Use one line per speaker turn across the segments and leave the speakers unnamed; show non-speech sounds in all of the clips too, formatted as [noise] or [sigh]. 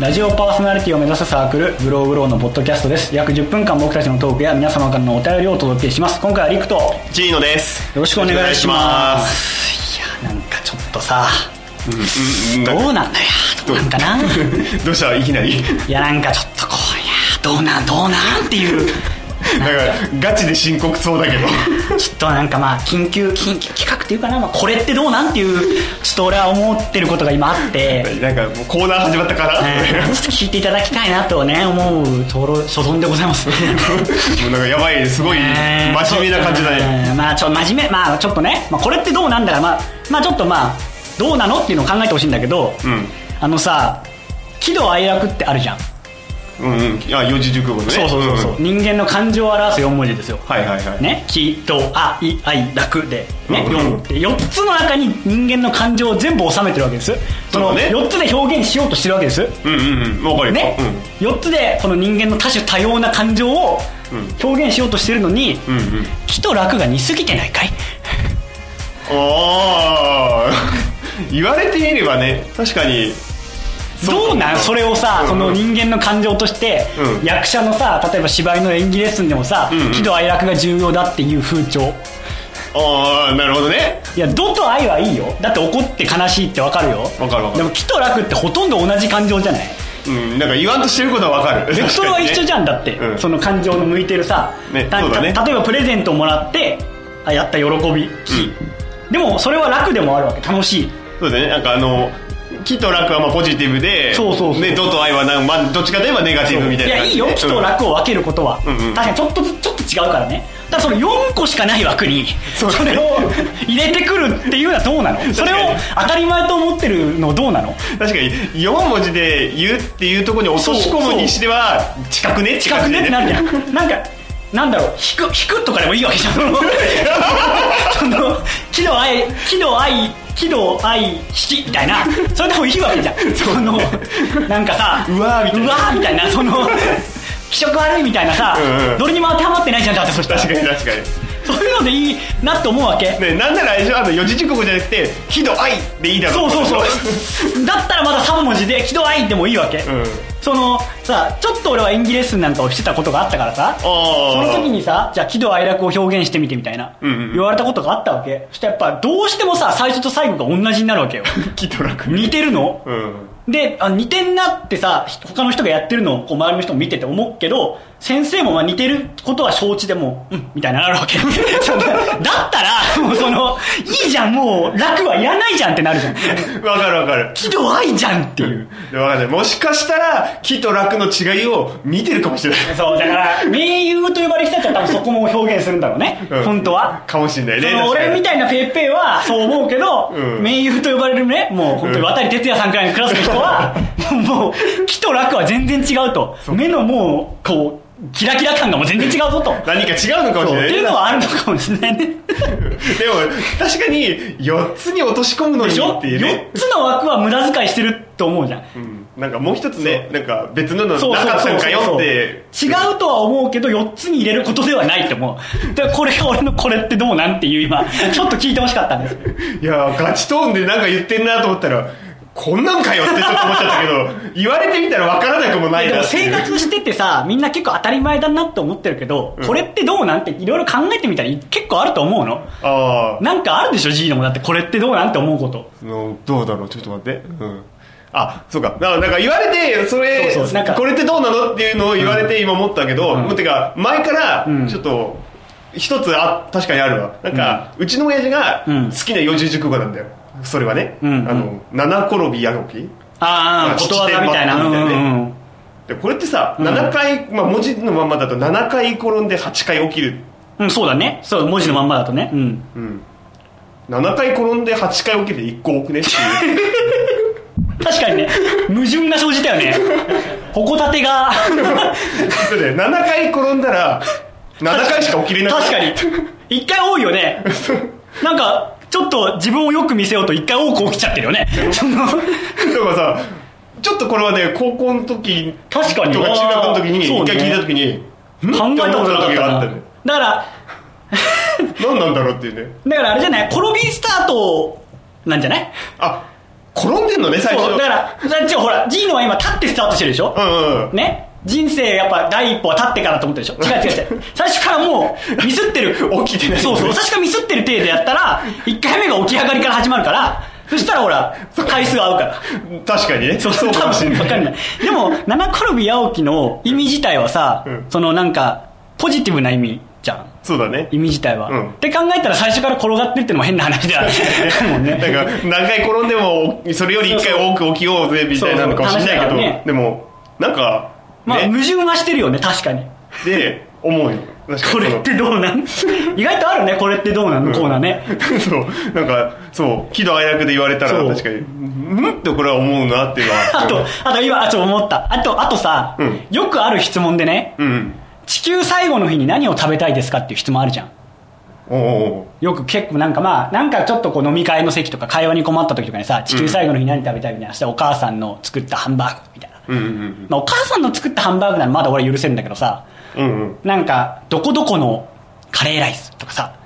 ラジオパーソナリティを目指すサークルグローグローのポッドキャストです約10分間僕たちのトークや皆様からのお便りをお届けします今回はリクとよ
ジーノです
ろしくお願いしますすいやなんかちょっとさ、
うん
どうなんだよどうなんかな
どうしたいきなり
いやなんかちょっとこういやどうなんどうなんっていう
なんかガチで深刻そうだけど
ちょっとなんかまあ緊急緊急企画っていうかな、まあ、これってどうなんっていうちょっと俺は思ってることが今あって、ね
なんかもうコーナー始まったから、
ちょっと聞いていただきたいなとね思うところ所存でございます
もうなんかやばいすごい
ね
真面目な感じだね
うんまあちょ真面目まあちょっとね、まあ、これってどうなんだからまあまあちょっとまあどうなのっていうのを考えてほしいんだけど、
ん
あのさ喜怒哀楽ってあるじゃん、
うんうんあ四字熟語のね
そうそうそうそう、
んん
人間の感情を表す4文字ですよ
はいはいはい、
ね、喜と愛愛楽で、ね
うん
四で4つの中に人間の感情を全部収めてるわけですそ
そ
の
うね
4つで表現しようとしてるわけです
うんうんうんわかるよ
ね、四4つでこの人間の多種多様な感情を表現しようとしてるのに、
うん、うんうん
喜と楽が似すぎてないかい
ああ [laughs] 言われてみればね確かに
どうなんそれをさ、
うん
その人間の感情として、
うん
役者のさ例えば芝居の演技レッスンでもさ、
んうん
喜怒哀楽が重要だっていう風潮
ああなるほどね
いや「怒」と「愛」はいいよだって怒って悲しいってわかるよ
わかるわか
で
る
も喜と楽ってほとんど同じ感情じゃない
うんなんか言わんとしてることはわかる
ベクトルは一緒じ
ゃ
ゃんだって、
うん
その感情の向いてるさ、
ね
た
そうだね
た例えばプレゼントをもらってあやった喜び喜、でもそれは楽でもあるわけ楽しい
そうだねなんかあの喜と楽はまあポジティブで
そうそうそう
ねドと愛はなん、まあ、どっちかといえばネガティブみたい
い
な
や
感
い
じ
い
で
よ喜と楽を分けることは、
うんうん
確かにちょっとずちょっと違うからねだからその4個しかない枠に
そう
それを入れてくるっていうのはどうな
[laughs]
のそれを当たり前と思ってるのどうなの
うん [laughs] 確かに4文字で言うっていうところに落とし込むにしては近くね
近くねってなるじゃん
[laughs]
なんかなんだろう引く引くとかでもいいわけじゃん [laughs] その喜怒哀喜怒哀喜怒哀引きみたいなそれでもいいわけ
[laughs]
じゃんそのなんかさ
うわーみたいな
うわーみたいなその
[laughs]
気色悪いみたいなさ、
うんうん
どれにも当てはまってないじゃんだってそしたら
確かに確かに
そういうのでいいなと思うわけ、
ね、なんならあれでしょあの四字熟語じゃなくて「喜怒愛」でいいだろ
そうそうそううだったらまだ3文字で「喜怒哀」でもいいわけ、
ん
そのさちょっと俺は演技レッスンなんかをしてたことがあったからさそ
あー
の時にさじゃあ喜怒哀楽を表現してみてみたいな、
うんうん
言われたことがあったわけそしたらやっぱどうしてもさ最初と最後が同じになるわ
[laughs]
けよ
喜と楽
似てるの、
うん
であ似てんなってさ他の人がやってるのをこう周りの人も見てて思うけど先生もまあ似てることは承知でもううんみたいになるわけ [laughs] そんなだったらもうそのいいじゃんもう楽はいらないじゃんってなるじゃん
わかるわかる
喜怒哀じゃんっていう
でわかんないもしかしたら喜と楽の違いを見てるかもしれない
そうだから名優と呼ばれる人たちは多分そこも表現するんだろうね、
うん
本当は
かもしれないね
その
確かに
俺みたいなペーペー
[laughs]
はそう思うけど、
うん
名優と呼ばれるねもう本当に渡哲也さんくらいのクラスの人
[laughs]
は、もう喜と楽は全然違うと目のもうこうキラキラ感がもう全然違うぞと
何か違うのかもし
そう
れ
って
ないね
いうのはあるのかもしれない
[laughs]
ね
でも確かに4つに落とし込むの
で
に
しょ
っていうね
4つの枠は無駄遣いしてると思うじゃん
うんなんかもう一つねなんか別ののな
そうそう
かっ
そ
た
うん
かよ
そう
って
違うとは思うけど4つに入れることではないと思うでこれが俺のこれってどうなんっていう今ちょっと聞いてほしかったんです
いやーガチトーンでなんか言ってんなと思ったらこんなんかよってちょっと思っちゃったけど言われてみたらわからなくもない
で
な
も
ってい
生
う
活しててさみんな結構当たり前だなって思ってるけど、これってどうなんっていろいろ考えてみたら結構あると思うの
ああ
なんかあるでしょ G のもだってこれってどうなんって思うこと
どうだろうちょっと待ってうんあそうかだからなんか言われてそれ
そうそうなんか
これってどうなのっていうのを言われて今思ったけど、
うん
もうてか前から
ん
ちょっと一つあ確かにあるわなんか、うちの親父が
うん
好きな四字熟語なんだよそれはね、
うんうん
あの七転び八起き
ああことわざみたいな
七転ばっか
うんう
りみたいなね
んうん
でこれってさ、
ん
7回、まあ、文字のまんまだと7回転んで8回起きる、
うん、そうだねそう文字のまんまだとねうん
うん、7回転んで8回起きるで1個多くねっていう
[laughs] 確かにね矛盾が生じたよね矛盾が
だって7回転んだら7回しか起きれない
確かに一回多いよねなんかちょっと自分をよく見せようと一回多く起きちゃってるよねそ
[laughs]
の
だからさちょっとこれはね高校の時
確かに
とか中学の時に
そう
一
ね
回聞いた時に、ん
考えたことなかってた
っ思
な
時があった
だ
ね
から
何なんだろうっていうね
だからあれじゃない転びスタートなんじゃない
あ転んでんのね、最
そう
初。
だからだからちょほらジーノは今立ってスタートしてるでしょ、
うんうん。
ね人生やっぱ第一歩は立ってからと思ったでしょ違う違う違う最初からもうミスってる
起きてない
そうそう最初からミスってる体でやったら1回目が起き上がりから始まるからそしたらほら回数合うから
確かにね。
そう
そうかもしれない。
多分わかんない。でも、七転び八起きの意味自体はさ、
うん
そのなんか、ポジティブな意味じゃん。
そうだね
意。味自体は。
うん
って考えたら最初から転がってるってのも変な話
[laughs]
だ [laughs] もんね。
なんか、何回転んでも、それより一回多く起きようぜ、みたいなのかもしれないけ
そうそう
ど、
そうそう
でも、なんか、
まあ、
ね
矛盾はしてるよね、確か
[laughs]
に。
で、思うよ。確か
こ
に
れ
その
ってどう
[laughs]
なん意外とあるね、これってどうなんのコーナーね。
そうなんかそう喜怒哀楽で言われたら
そう
確かにうんってこれは思うなっていうのは
あと、あと今、あ、ちょっと思った。あと、あとさ、
うん
よくある質問でね、
うん
地球最後の日に何を食べたいですかっていう質問あるじゃん。
おうおうおう
よく結構なんかまあなんかちょっとこう飲み会の席とか会話に困った時とかにさ地球最後の日何食べたいみたいなしたらお母さんの作ったハンバーグみたいな、
うんうん
まあ、お母さんの作ったハンバーグならまだ俺は許せるんだけどさ
うんうんうん
なんかどこどこのカレーライスとかさ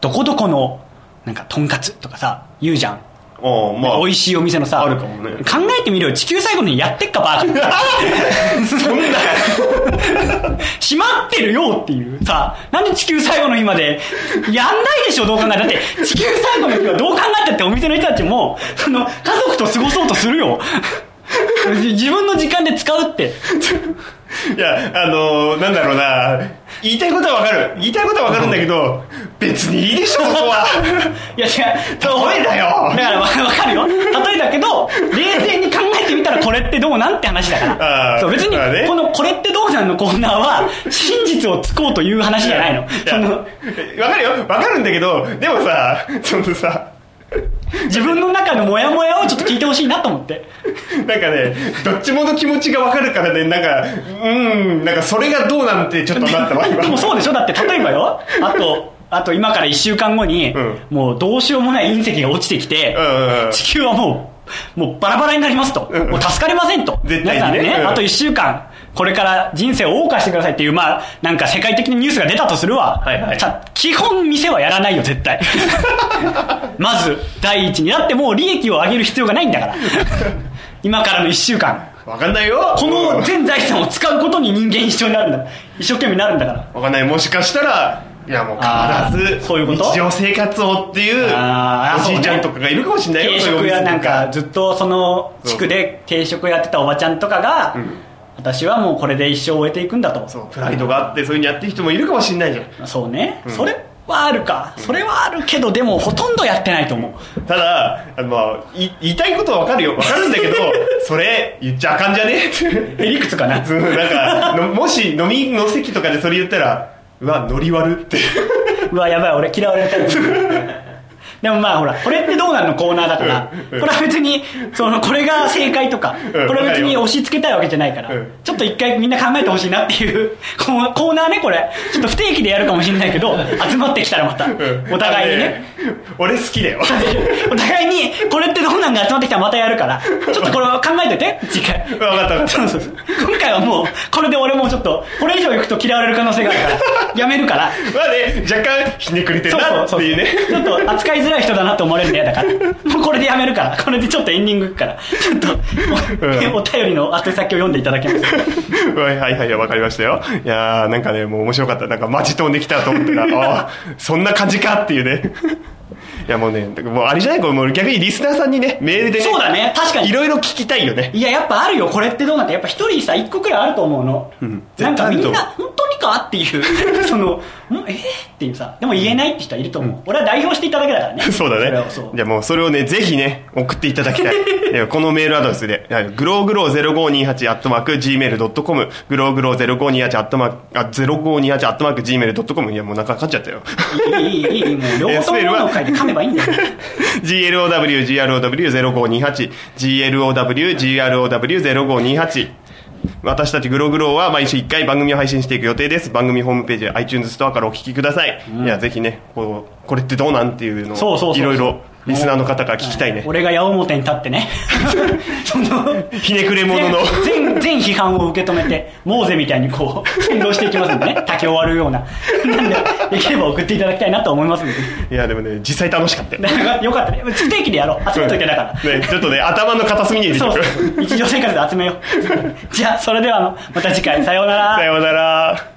どこどこのなんかとんかつとかさ言うじゃん、
おうまあ
美味しいお店のさ
あるかもね
考えてみるよ地球最後の日やってっかバーガー
[laughs]
そんな [laughs] 閉まってるよっていうさなんで地球最後の日までやんないでしょどう考えたらだって地球最後の日はどう考えたってお店の人たちもその家族と過ごそうとするよ [laughs] 自分の時間で使う
[laughs]
って
いやあのー、なんだろうな言いたいことはわかる言いたいことはわかるんだけど別にいいでしょそ
[laughs]
こは
いや違う
例えだよ
だからわわかるよ例えだけど冷静に考えてみたらこれってどうなんって話だか
あ
ら
ー
そう別に
まあね
この「これってどうなん?」のコーナーは真実をつこうという話じゃないのその
いやわかるよわかるんだけどでもさそのさ
自分の中のモヤモヤをちょっと聞いてほしいなと思って
なんかねどっちもの気持ちがわかるからねなんかうんなんかそれがどうなんてちょっとなったわ今
でもそうでしょだって例えば
[laughs]
よあとあと今から1週間後に、
うん
もうどうしようもない隕石が落ちてきて、
うんうんうん
地球はもうもうバラバラになりますと、
うん
もう助かりませんと
絶対に
皆さ
ね
んね、
うん
あと1週間これから人生を謳歌してくださいっていうまあなんか世界的にニュースが出たとするわ、
はいはい
じゃあ基本店はやらないよ絶
[laughs]
対まず第一にだってもう利益を上げる必要がないんだから今からの1週間
わかんないよ
こ
う
の
ん
全財産を使うことに人間一緒になるんだ一生懸命になるんだから
わかんないもしかしたらいやもう必
あー
ず
そういうこと
日常生活をっていう
あー
おじいちゃんとかがいるかもしれないよ
定
そういうお
食
店
屋
と
なんかずっとその地区で定食やってたおばちゃんとかが、
ん
私はもうこれで一生終えていくんだと
そうプライドがあってそういうふうにやってる人もいるかもしれないじゃん
そうね、それはあるかそれはあるけどでもほとんどやってないと思う
ただあの、まあ、い言いたいことはわかるよわかるん
[laughs]
だけどそれ言っちゃあかんじゃねって
え理屈か
[laughs]
な
そのなんかのもし飲みの席とかでそれ言ったらうわノリ悪って
[laughs] うわやばい俺嫌われた [laughs] でもまあほらこれってどうなのコーナーだから、
うんうん
これは別にそのこれが正解とか、
うん
これは別に押し付けたいわけじゃないから、
うん
ちょっと一回みんな考えてほしいなっていうコーコーナーねこれちょっと不定期でやるかもしれないけど集まってきたらまた、
うん
お互いにね
あのね俺好きだよ [laughs]
お互いにこれってどうなんが集まってきたらまたやるからちょっとこれは考えといて次回
分かった分かった
そうそうそう今回はもうこれで俺もちょっとこれ以上いくと嫌われる可能性があるからやめるから
まあね若干ひねくれてるなっていうね
ちょっと扱いづらい人だなと思われるの嫌だからもうこれでやめるからこれでちょっとエンディングいくからちょっとお,、
うん
便りの宛先を読んでいただけますか
はいはいはい、わかりましたよ。いやー、なんかね、もう面白かった。なんか街飛んできたと思ったら、
[laughs]
ああ、そんな感じかっていうね。いやもうね、もうあれじゃないこれもう逆にリスナーさんにね、メールで、
そうだね確かに
いろいろ聞きたいよね。
いややっぱあるよこれってどうなんてやっぱ一人さ一個くらいあると思うの、
ん
なんかみん
絶対
な
あ
本当にかっていうそのもうえー、っていうさでも言えないって人はいると思う、俺は代表していただけだからね
そうだ
れ
ね
はそう。
じゃあもうそれをね、ぜひね、送っていただ
[laughs]
きたい。いやこのメールアドレスで、はいグローグロー0528アットマーク Gmail.com、グローグロー0528アットマーク、あ、0528アットマーク Gmail.com。いやもう中かっちゃったよ。
いいいいいいもう両方ともの回で噛めばいいんだよ
GLOWGROW0528GLOWGROW0528 私たちグログロは毎週1回番組を配信していく予定です番組ホームページ iTunes ストアからお聞きください、いやぜひねこうこれってどうなんっていうの
そうそうそう
いろいろリスナーの方から聞きたいね。
俺が矢面に立ってねその
ひねくれ者の。
全全全批判を受け止めてモーゼみたいにこう先導していきますんでね竹を割るようななんでできれば送っていただきたいなと思いますんで
[laughs] いや、でもね、実際楽しかっ
[laughs]
たよ。
なんかよかったね不定期でやろう集めといてだから、
うんね、ちょっとね、頭の片隅に入れて
そ
く
う
る。
そうそう日常生活で集めようじゃあそれではあのまた次回さようなら
[laughs] さようなら。